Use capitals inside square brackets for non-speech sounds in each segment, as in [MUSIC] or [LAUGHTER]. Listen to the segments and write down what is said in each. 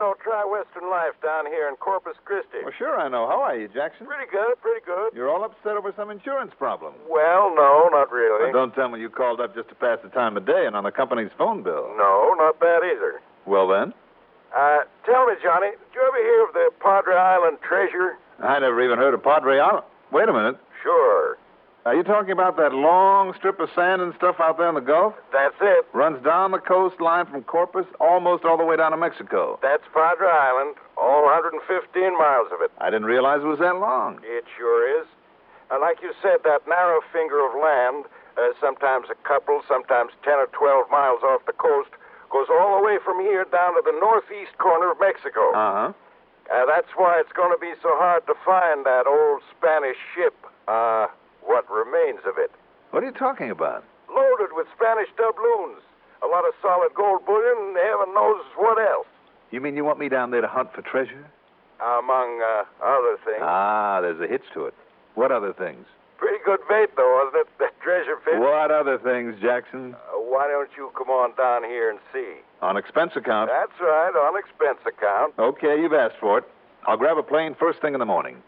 know, try Western life down here in Corpus Christi. Well, sure I know. How are you, Jackson? Pretty good, pretty good. You're all upset over some insurance problem. Well, no, not really. But don't tell me you called up just to pass the time of day and on the company's phone bill. No, not that either. Well, then, Uh, tell me, Johnny, did you ever hear of the Padre Island treasure? I never even heard of Padre Island. Wait a minute. Sure. Are you talking about that long strip of sand and stuff out there in the Gulf? That's it. Runs down the coastline from Corpus almost all the way down to Mexico. That's Padre Island, all 115 miles of it. I didn't realize it was that long. It sure is. And like you said, that narrow finger of land, uh, sometimes a couple, sometimes 10 or 12 miles off the coast, goes all the way from here down to the northeast corner of Mexico. Uh huh. Uh, that's why it's going to be so hard to find that old Spanish ship, uh, what remains of it. What are you talking about? Loaded with Spanish doubloons, a lot of solid gold bullion, and heaven knows what else, You mean you want me down there to hunt for treasure? among uh, other things. Ah, there's a hitch to it. What other things? Pretty good bait, though, wasn't it? [LAUGHS] That treasure fish. What other things, Jackson? Uh, why don't you come on down here and see? On expense account. That's right, on expense account. [LAUGHS] Okay, you've asked for it. I'll grab a plane first thing in the morning.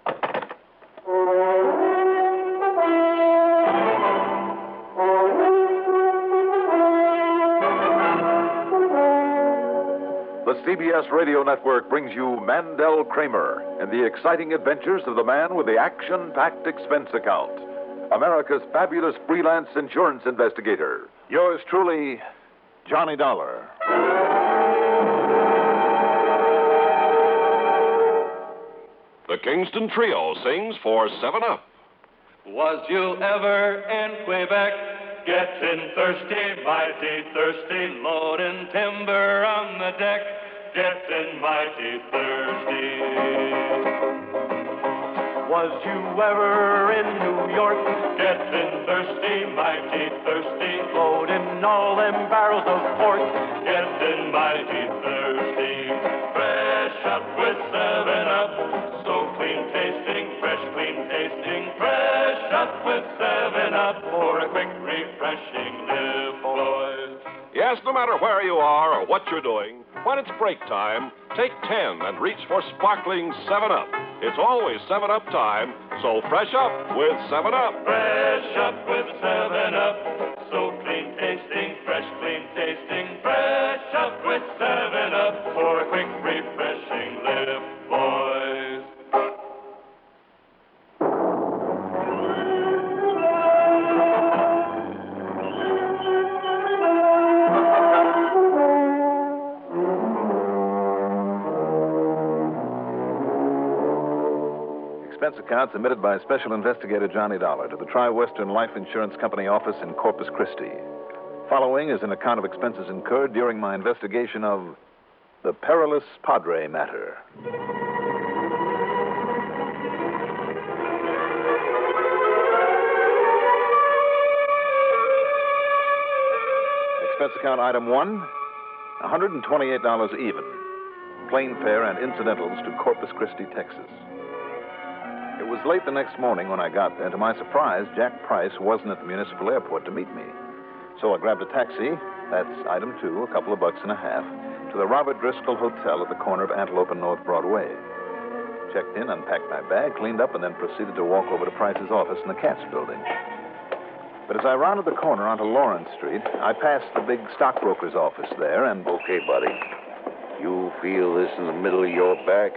The CBS Radio Network brings you Mandel Kramer and the exciting adventures of the man with the action packed expense account, America's fabulous freelance insurance investigator. Yours truly, Johnny Dollar. The Kingston Trio sings for 7 Up. Was you ever in Quebec? Getting thirsty, mighty thirsty, loading timber on the deck. Getting mighty thirsty. Was you ever in New York? Getting thirsty, mighty thirsty, loading all them barrels of port. Getting mighty thirsty. Fresh up with Seven Up, so clean tasting, fresh, clean tasting. Fresh up with Seven Up for a quick, refreshing live, boys. Yes, no matter where you are or what you're doing, when it's break time, take 10 and reach for sparkling 7 Up. It's always 7 Up time, so fresh up with 7 Up. Fresh up with Seven Up, so clean tasting, fresh, clean tasting. Fresh up with Seven Up for a quick, refreshing live, boys. Expense account submitted by Special Investigator Johnny Dollar to the Tri Western Life Insurance Company office in Corpus Christi. Following is an account of expenses incurred during my investigation of the perilous Padre matter. Expense account item one $128 even. Plane fare and incidentals to Corpus Christi, Texas. It was late the next morning when I got there. To my surprise, Jack Price wasn't at the municipal airport to meet me. So I grabbed a taxi, that's item two, a couple of bucks and a half, to the Robert Driscoll Hotel at the corner of Antelope and North Broadway. Checked in, unpacked my bag, cleaned up, and then proceeded to walk over to Price's office in the Katz building. But as I rounded the corner onto Lawrence Street, I passed the big stockbroker's office there and. Okay, buddy. You feel this in the middle of your back?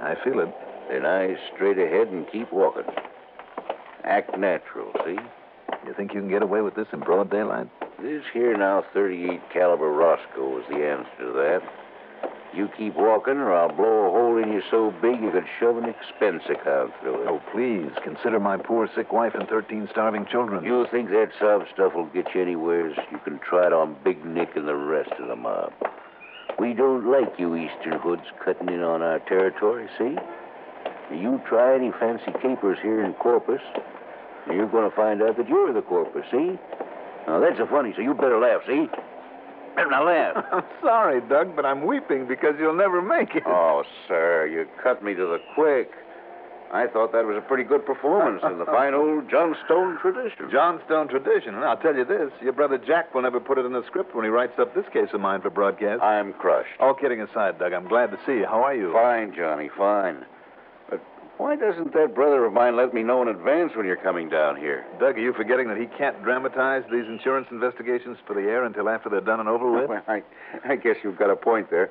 I feel it. Then eyes straight ahead and keep walking. Act natural, see? You think you can get away with this in broad daylight? This here now 38 caliber Roscoe is the answer to that. You keep walking, or I'll blow a hole in you so big you could shove an expense account through it. Oh, please, consider my poor sick wife and 13 starving children. [LAUGHS] You [LAUGHS] think that sob stuff will get you anywheres? You can try it on Big Nick and the rest of the mob. We don't like you Eastern hoods cutting in on our territory, see? You try any fancy capers here in Corpus, and you're going to find out that you're the Corpus, see? Now, that's a funny, so you better laugh, see? [CLEARS THROAT] Better not laugh. I'm sorry, Doug, but I'm weeping because you'll never make it. oh, sir, you cut me to the quick. I thought that was a pretty good performance in the fine old Johnstone tradition. Johnstone tradition. And I'll tell you this your brother Jack will never put it in the script when he writes up this case of mine for broadcast. I'm crushed. All kidding aside, Doug, I'm glad to see you. How are you? Oh, Fine, Johnny, fine. But why doesn't that brother of mine let me know in advance when you're coming down here? Doug, are you forgetting that he can't dramatize these insurance investigations for the air until after they're done and over with? Well, I, I guess you've got a point there.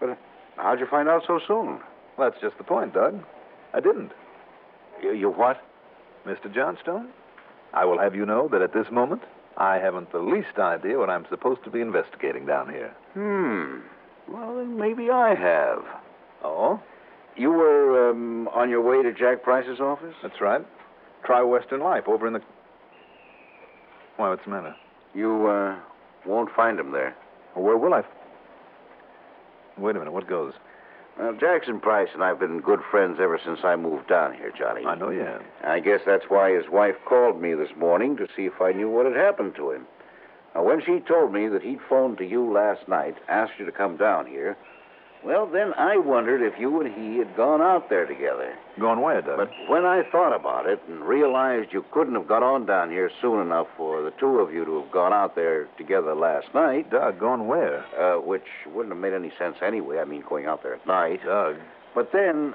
But uh, how'd you find out so soon? Well, that's just the point, Doug. I didn't. You, you what? Mr. Johnstone, I will have you know that at this moment, I haven't the least idea what I'm supposed to be investigating down here. Hmm. Well, then maybe I have. Oh? You were um, on your way to Jack Price's office? That's right. Try Western Life over in the. Why, what's the matter? You uh, won't find him there. Where will I. f- Wait a minute, what goes? Well, Jackson Price and I've been good friends ever since I moved down here, Johnny. I know you have. I guess that's why his wife called me this morning to see if I knew what had happened to him. Now, when she told me that he'd phoned to you last night, asked you to come down here, well, then I wondered if you and he had gone out there together. Gone where, Doug? But when I thought about it and realized you couldn't have got on down here soon enough for the two of you to have gone out there together last night, Doug, gone where? uh, which wouldn't have made any sense anyway, I mean, going out there at night. Doug. But then,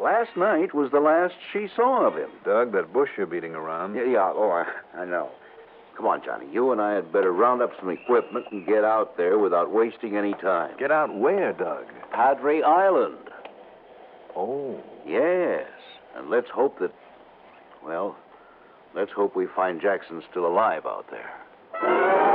last night was the last she saw of him. Doug, that bush you're beating around. Yeah, yeah. Oh, I, I know. Come on, Johnny. You and I had better round up some equipment and get out there without wasting any time. Get out where, Doug? Padre Island. Oh. Yes. And let's hope that, well, let's hope we find Jackson still alive out there.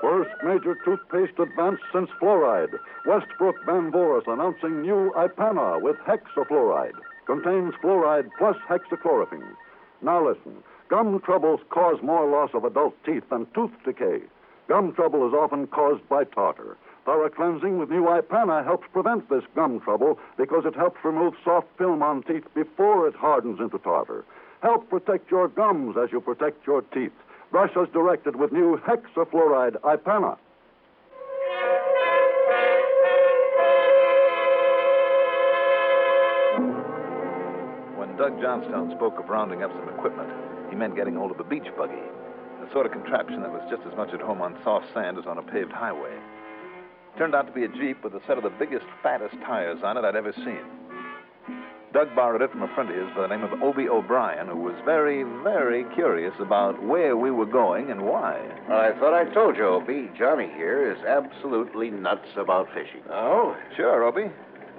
First major toothpaste advance since fluoride. Westbrook Bamboris announcing new Ipana with hexafluoride. Contains fluoride plus hexachlorophene. Now listen. Gum troubles cause more loss of adult teeth than tooth decay. Gum trouble is often caused by tartar. Thorough cleansing with new Ipana helps prevent this gum trouble because it helps remove soft film on teeth before it hardens into tartar. Help protect your gums as you protect your teeth. Brush as directed with new hexafluoride Ipana. When Doug Johnstone spoke of rounding up some equipment, he meant getting hold of a beach buggy, a sort of contraption that was just as much at home on soft sand as on a paved highway. Turned out to be a Jeep with a set of the biggest, fattest tires on it I'd ever seen. Doug borrowed it from a friend of his by the name of Obie O'Brien, who was very, very curious about where we were going and why. Well, I thought I told you, Opie. Johnny here is absolutely nuts about fishing. Oh? Sure, Obie.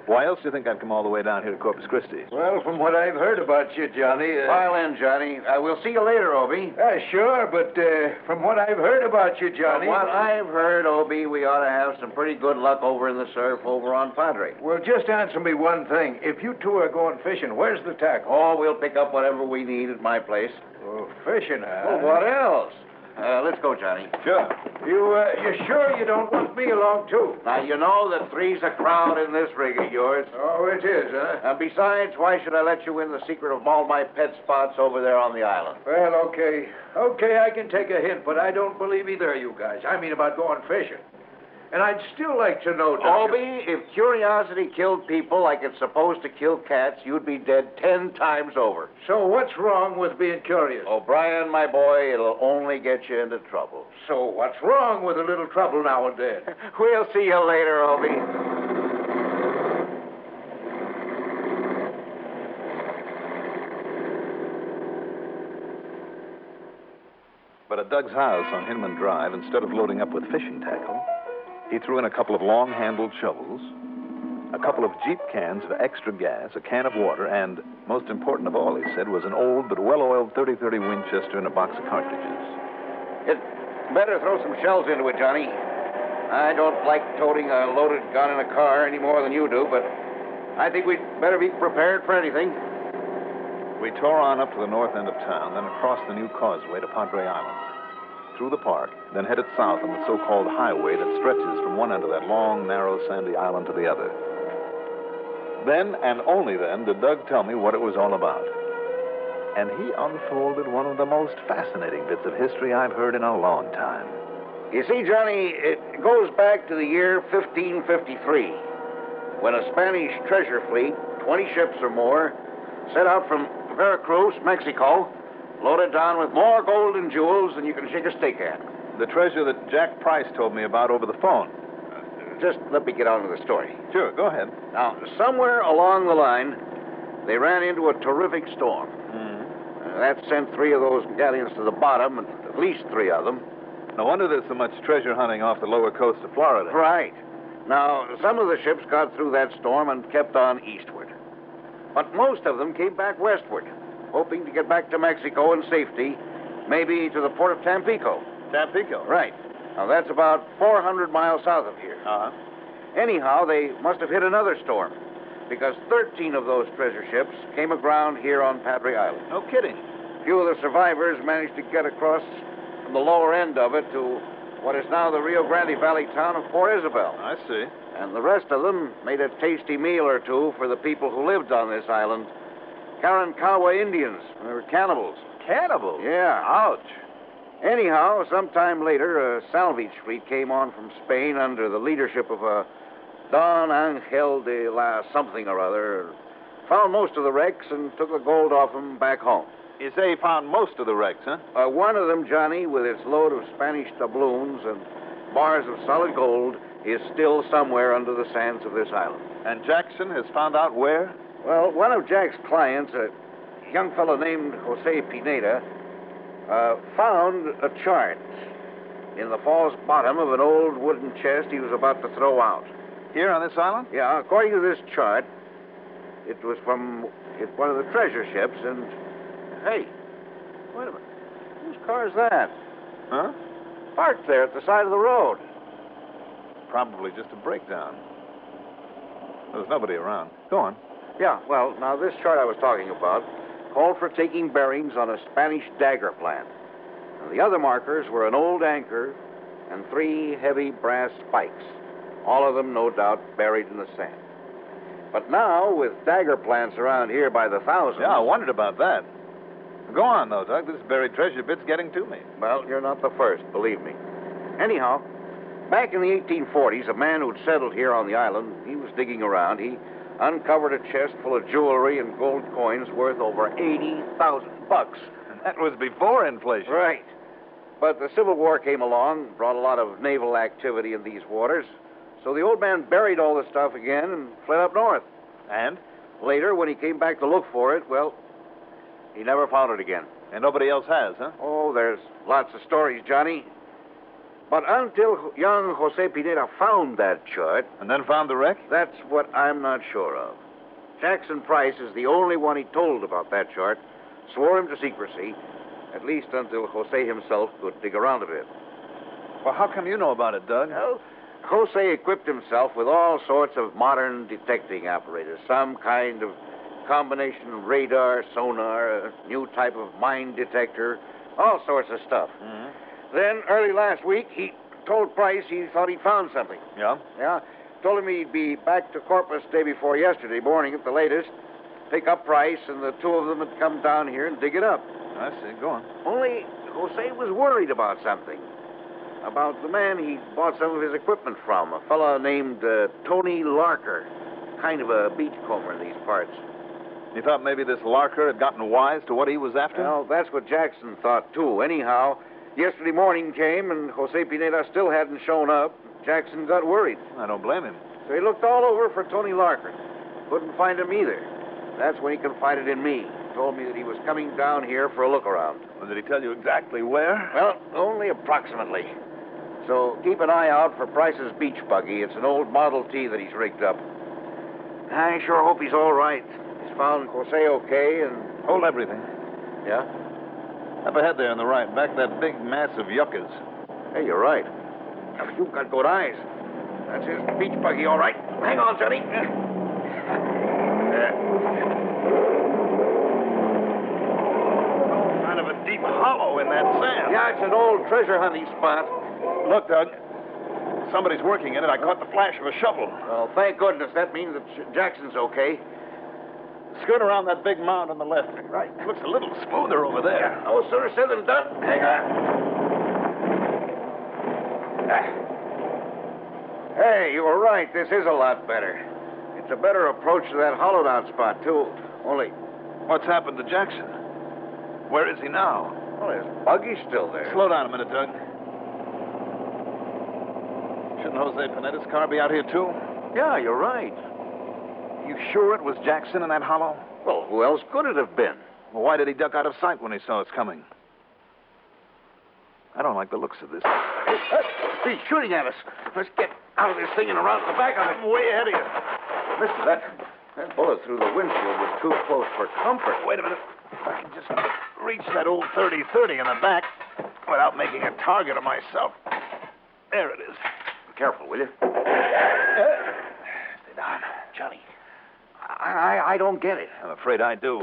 Why else do you think I'd come all the way down here to Corpus Christi? Well, from what I've heard about you, Johnny. Uh, File in, Johnny. Uh, we'll see you later, Obie. uh, sure, but uh, from what I've heard about you, Johnny. From what I've heard, Obie, we ought to have some pretty good luck over in the surf over on Padre. Well, just answer me one thing. If you two are going fishing, where's the tackle? Oh, we'll pick up whatever we need at my place. Oh, fishing, huh? Well, what else? Uh, let's go, Johnny. Sure. You, uh, you sure you don't want me along, too? Now, you know that three's a crowd in this rig of yours. Oh, it is, huh? And besides, why should I let you in the secret of all my pet spots over there on the island? Well, okay. Okay, I can take a hint, but I don't believe either of you guys. I mean about going fishing. And I'd still like to know, Doctor- Obie, if curiosity killed people like it's supposed to kill cats, you'd be dead ten times over. So what's wrong with being curious? O'Brien, my boy, it'll only get you into trouble. So what's wrong with a little trouble now and then? [LAUGHS] We'll see you later, Obie. But at Doug's house on Hinman Drive, instead of loading up with fishing tackle, he threw in a couple of long handled shovels, a couple of Jeep cans of extra gas, a can of water, and, most important of all, he said, was an old but well oiled 30 30 Winchester and a box of cartridges. It better throw some shells into it, Johnny. I don't like toting a loaded gun in a car any more than you do, but I think we'd better be prepared for anything. We tore on up to the north end of town, then across the new causeway to Padre Island, through the park, then headed south on the so called highway that stretches from one end of that long, narrow, sandy island to the other. Then and only then did Doug tell me what it was all about. And he unfolded one of the most fascinating bits of history I've heard in a long time. You see, Johnny, it goes back to the year 1553 when a Spanish treasure fleet, 20 ships or more, set out from Veracruz, Mexico, loaded down with more gold and jewels than you can shake a stick at. The treasure that Jack Price told me about over the phone. Just let me get on with the story. Sure, go ahead. Now, somewhere along the line, they ran into a terrific storm. Uh, that sent three of those galleons to the bottom, and at least three of them. No wonder there's so much treasure hunting off the lower coast of Florida. Right. Now, some of the ships got through that storm and kept on eastward. But most of them came back westward, hoping to get back to Mexico in safety, maybe to the port of Tampico. Tampico. Right. Now, that's about 400 miles south of here. Uh huh. Anyhow, they must have hit another storm because 13 of those treasure ships came aground here on Padre Island. No kidding. Few of the survivors managed to get across from the lower end of it to what is now the Rio Grande Valley town of Port Isabel. I see. And the rest of them made a tasty meal or two for the people who lived on this island. Karankawa Indians. They were cannibals. Cannibals? Yeah. Ouch. Anyhow, sometime later, a salvage fleet came on from Spain under the leadership of a Don Angel de la something or other. Found most of the wrecks and took the gold off 'em back home. You say he found most of the wrecks, huh? Uh, one of them, Johnny, with its load of Spanish doubloons and bars of solid gold, is still somewhere under the sands of this island. And Jackson has found out where? Well, one of Jack's clients, a young fellow named Jose Pineda, uh, found a chart in the false bottom of an old wooden chest he was about to throw out. Here on this island? Yeah, according to this chart, it was from it, one of the treasure ships, and hey, wait a minute, whose car is that? Huh? Parked there at the side of the road. Probably just a breakdown. There's nobody around. Go on. Yeah, well, now this chart I was talking about called for taking bearings on a Spanish dagger plan. And the other markers were an old anchor and three heavy brass spikes, all of them, no doubt, buried in the sand. But now, with dagger plants around here by the thousands. Yeah, I wondered about that. Go on, though, Doug. This buried treasure bit's getting to me. Well, you're not the first, believe me. Anyhow, back in the 1840s, a man who'd settled here on the island, he was digging around. He uncovered a chest full of jewelry and gold coins worth over 80,000 bucks. And that was before inflation. Right. But the Civil War came along, brought a lot of naval activity in these waters. So the old man buried all the stuff again and fled up north. And? Later, when he came back to look for it, well, he never found it again. And nobody else has, huh? Oh, there's lots of stories, Johnny. But until young Jose Pineda found that chart, And then found the wreck? that's what I'm not sure of. Jackson Price is the only one he told about that chart, swore him to secrecy, at least until Jose himself could dig around a bit. Well, how come you know about it, Doug? Well, Jose equipped himself with all sorts of modern detecting apparatus, some kind of combination of radar, sonar, a new type of mine detector, all sorts of stuff. Mhm. Then, early last week, he told Price he thought he'd found something. Yeah. Yeah. Told him he'd be back to Corpus day before yesterday morning at the latest, pick up Price, and the two of them would come down here and dig it up. I see. Go on. Only Jose was worried about something. About the man he bought some of his equipment from, a fellow named uh, Tony Larker. Kind of a beachcomber in these parts. You thought maybe this Larker had gotten wise to what he was after? Well, that's what Jackson thought, too. Anyhow, yesterday morning came, and Jose Pineda still hadn't shown up. Jackson got worried. I don't blame him. So he looked all over for Tony Larkin. Couldn't find him either. That's when he confided in me. Told me that he was coming down here for a look around. Well, did he tell you exactly where? Well, only approximately. So keep an eye out for Price's beach buggy. It's an old Model T that he's rigged up. I sure hope he's all right. He's found Jose okay and. Hold everything. Yeah? Up ahead there on the right, back that big mass of yuccas. Hey, you're right. You've got good eyes. That's his beach buggy, all right. Hang on, Uh, Johnny. Kind of a deep hollow in that sand. Yeah, it's an old treasure hunting spot. Look, Doug. Somebody's working in it. I caught the flash of a shovel. Well, thank goodness. That means that J- Jackson's okay. Scoot around that big mound on the left. Right. Looks a little Oh, smoother over there. No sooner said than done. Hang on. Ah. Hey, you were right. This is a lot better. It's a better approach to that hollowed out spot, too. Only, What's happened to Jackson? Where is he now? well, there's Buggy still there. Slow down a minute, Doug. Shouldn't Jose Panetta's car be out here, too? Yeah, you're right. You sure it was Jackson in that hollow? Well, who else could it have been? Well, why did he duck out of sight when he saw us coming? I don't like the looks of this. He's shooting at us. Let's get out of this thing and around the back of it. I'm way ahead of you. Mister, that, that bullet through the windshield was too close for comfort. Wait a minute. If I can just reach that old 30-30 in the back without making a target of myself. There it is. Careful, will you? Stay down. Uh, Johnny, I, I, I don't get it. I'm afraid I do.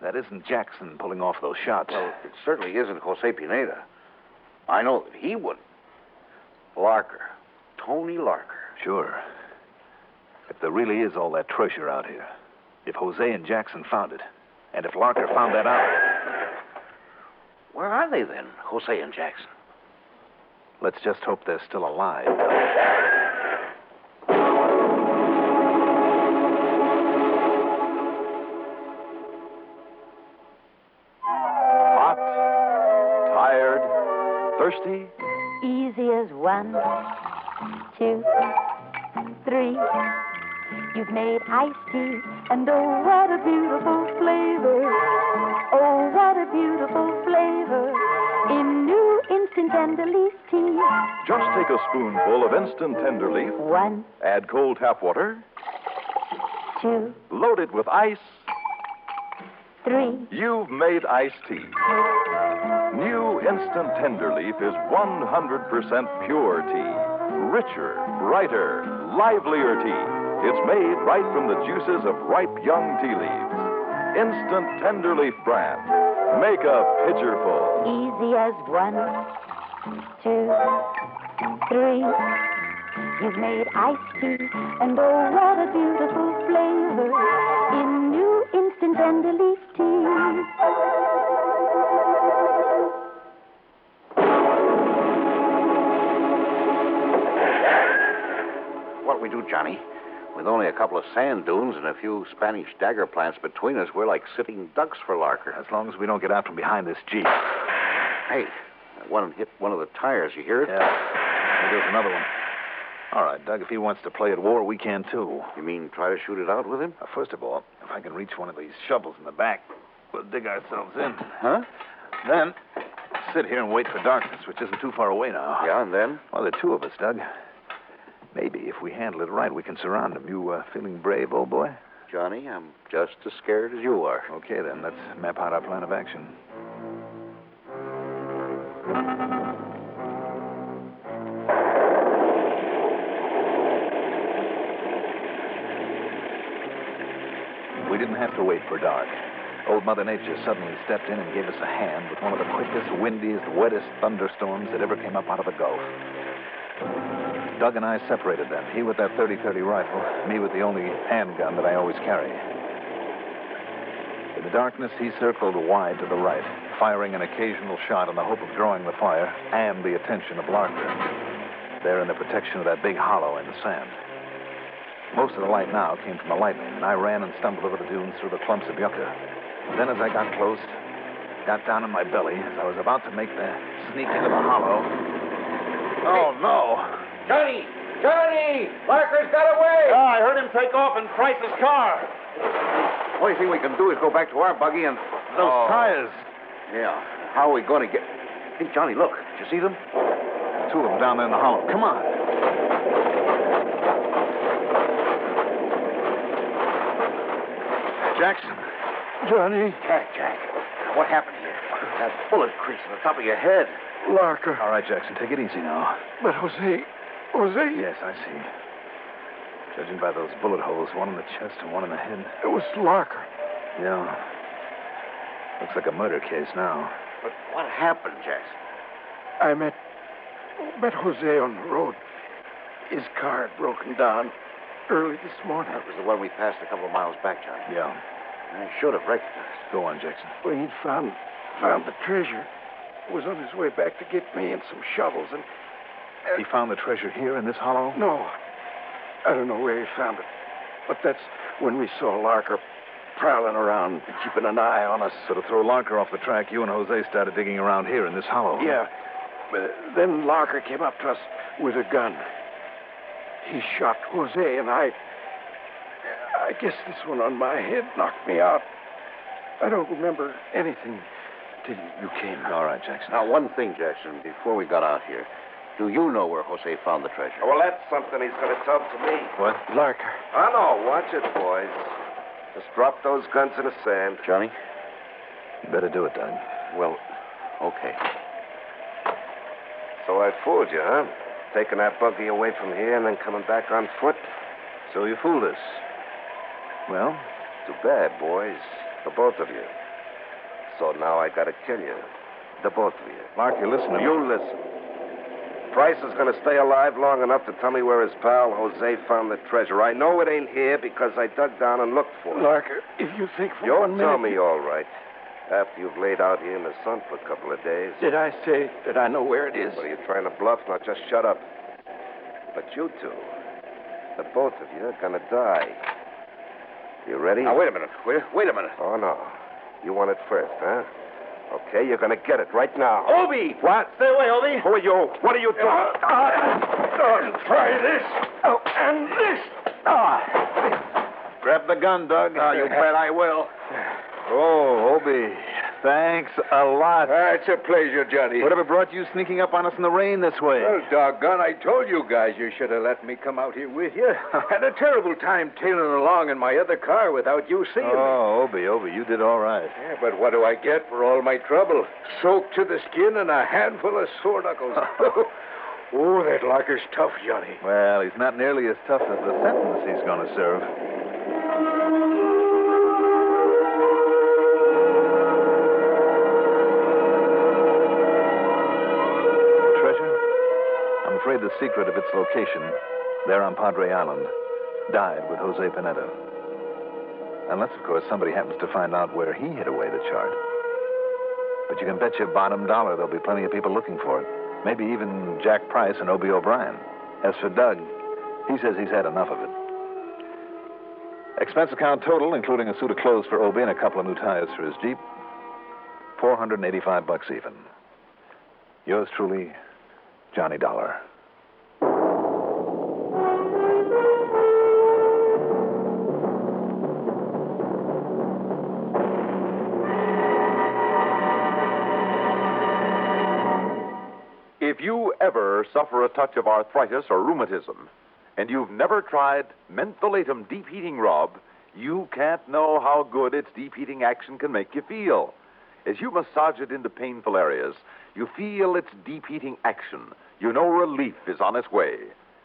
That isn't Jackson pulling off those shots. Well, it certainly isn't Jose Pineda. I know that he wouldn't. Larker. Tony Larker. Sure. If there really is all that treasure out here, if Jose and Jackson found it, and if Larker found that out, Where are they then, Jose and Jackson? let's just hope they're still alive. Hot, tired, thirsty. Easy as one, two, three. You've made iced tea, and oh, what a beautiful flavor. Oh, what a beautiful flavor. In new instant and leaf tea. Just take a spoonful of instant tender leaf, One, add cold tap water, two, load it with ice. three. You've made iced tea. New instant tender leaf is 100% pure tea. Richer, brighter, livelier tea. It's made right from the juices of ripe young tea leaves. Instant tender leaf brand. Make a pitcher full. Easy as one, two, three. You've made iced tea, and oh, what a beautiful flavor in new instant and leaf tea. What we do, Johnny? With only a couple of sand dunes and a few Spanish dagger plants between us, we're like sitting ducks for Larker. As long as we don't get out from behind this jeep. Hey, that one hit one of the tires, you hear it? There goes another one. All right, Doug, if he wants to play at war, we can too. You mean try to shoot it out with him? Now, first of all, if I can reach one of these shovels in the back, we'll dig ourselves in. Huh? Then, sit here and wait for darkness, which isn't too far away now. Yeah, and then? Well, there are two of us, Doug. Maybe if we handle it right, we can surround him. You uh, feeling brave, old boy? Johnny, I'm just as scared as you are. Okay, then. Let's map out our plan of action. We didn't have to wait for dark. Old Mother Nature suddenly stepped in and gave us a hand with one of the quickest, windiest, wettest thunderstorms that ever came up out of the Gulf. Doug and I separated then, he with that 30-30 rifle, me with the only handgun that I always carry. In the darkness, he circled wide to the right, firing an occasional shot in the hope of drawing the fire and the attention of Larker, there in the protection of that big hollow in the sand. Most of the light now came from the lightning, and I ran and stumbled over the dunes through the clumps of yucca. Then, as I got close, got down on my belly, as I was about to make the sneak into the hollow. Oh, no! Johnny! Johnny! Larker's got away! I heard him take off in Price's car. Only thing we can do is go back to our buggy and. Oh. Those tires. Yeah. How are we going to get. Hey, Johnny, look. Did you see them? Two of them down there in the hollow. Come on. Jackson. Johnny Jack, Jack. What happened here? That bullet crease in the top of your head. Larker. All right, Jackson, take it easy now. But Jose. Jose? Yes, I see. Judging by those bullet holes, one in the chest and one in the head. It was Larker. Yeah. Looks like a murder case now. But what happened, Jackson? I met. Met Jose on the road. His car had broken down early this morning. That was the one we passed a couple of miles back, Johnny. Yeah. I should have recognized. Go on, Jackson. When he'd found. found the treasure. was on his way back to get me and some shovels, and uh, He found the treasure here in this hollow? no, I don't know where he found it. But that's when we saw Larker prowling around, keeping an eye on us. So to throw Larker off the track, you and Jose started digging around here in this hollow. huh? Yeah. But then Larker came up to us with a gun. He shot Jose, and I. I guess this one on my head knocked me out. I don't remember anything till you came. All right, Jackson. Now, one thing, Jackson, before we got out here. Do you know where Jose found the treasure? Well, that's something he's going to tell to me. What? Larker. I know. Watch it, boys. Just drop those guns in the sand. Johnny? You better do it, Doug. Well, okay. So I fooled you, huh? Taking that buggy away from here and then coming back on foot? So you fooled us. Well, Too bad, boys. The both of you. So now I gotta kill you. The both of you. Larker, listen to me. You listen. Price is gonna stay alive long enough to tell me where his pal Jose found the treasure. I know it ain't here because I dug down and looked for it. Larker, if you think for You'll one tell minute- me all right. After you've laid out here in the sun for a couple of days. Did I say that I know where it is? What are you trying to bluff? Now just shut up. But you two, the both of you are gonna die. You ready? Now, wait a minute. Wait, wait a minute. Oh no. You want it first, huh? Okay, you're gonna get it right now. Obi! What? Stay away, Obi! Who are you? [LAUGHS] What are you doing? try this. Oh, and this. Grab the gun, Doug. Oh, [LAUGHS] you bet I will. Oh, Obi. Thanks a lot. Ah, it's a pleasure, Johnny. Whatever brought you sneaking up on us in the rain this way? Well, doggone, I told you guys you should have let me come out here with you. [LAUGHS] Had a terrible time tailing along in my other car without you seeing me. oh, Obi, Obi, you did all right. Yeah, but what do I get for all my trouble? Soaked to the skin and a handful of sore knuckles. oh, that locker's tough, Johnny. Well, he's not nearly as tough as the sentence he's going to serve. Treasure? I'm afraid the secret of its location, there on Padre Island, died with Jose Pineda. Unless, of course, somebody happens to find out where he hid away the chart. But you can bet your bottom dollar there'll be plenty of people looking for it. Maybe even Jack Price and Obie O'Brien. As for Doug, he says he's had enough of it. Expense account total, including a suit of clothes for Obie and a couple of new tires for his Jeep, 485 bucks even. Yours truly, Johnny Dollar. If you ever suffer a touch of arthritis or rheumatism, and you've never tried mentholatum deep heating rub, you can't know how good its deep heating action can make you feel. As you massage it into painful areas, you feel its deep heating action. You know relief is on its way.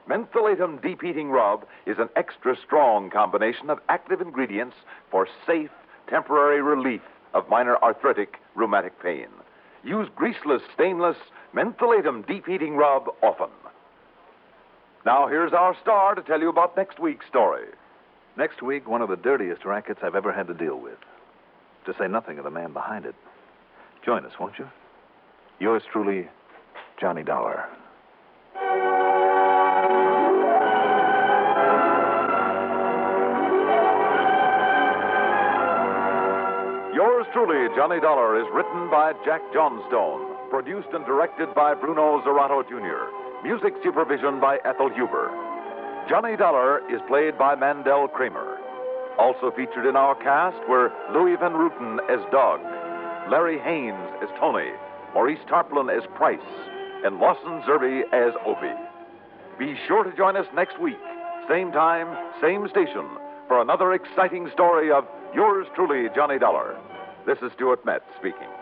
Mentholatum deep heating rub is an extra strong combination of active ingredients for safe, temporary relief of minor arthritic rheumatic pain. Use greaseless, stainless, mentholatum deep heating rub often. Now, here's our star to tell you about next week's story. Next week, one of the dirtiest rackets I've ever had to deal with. To say nothing of the man behind it. Join us, won't you? Yours truly, Johnny Dollar. Yours truly, Johnny Dollar, is written by Jack Johnstone, produced and directed by Bruno Zerato Jr., music supervision by Ethel Huber. Johnny Dollar is played by Mandel Kramer. Also featured in our cast were Louis Van Ruten as Doug, Larry Haynes as Tony, Maurice Tarplin as Price, and Lawson Zerby as Opie. Be sure to join us next week, same time, same station, for another exciting story of yours truly, Johnny Dollar. This is Stuart Metz speaking.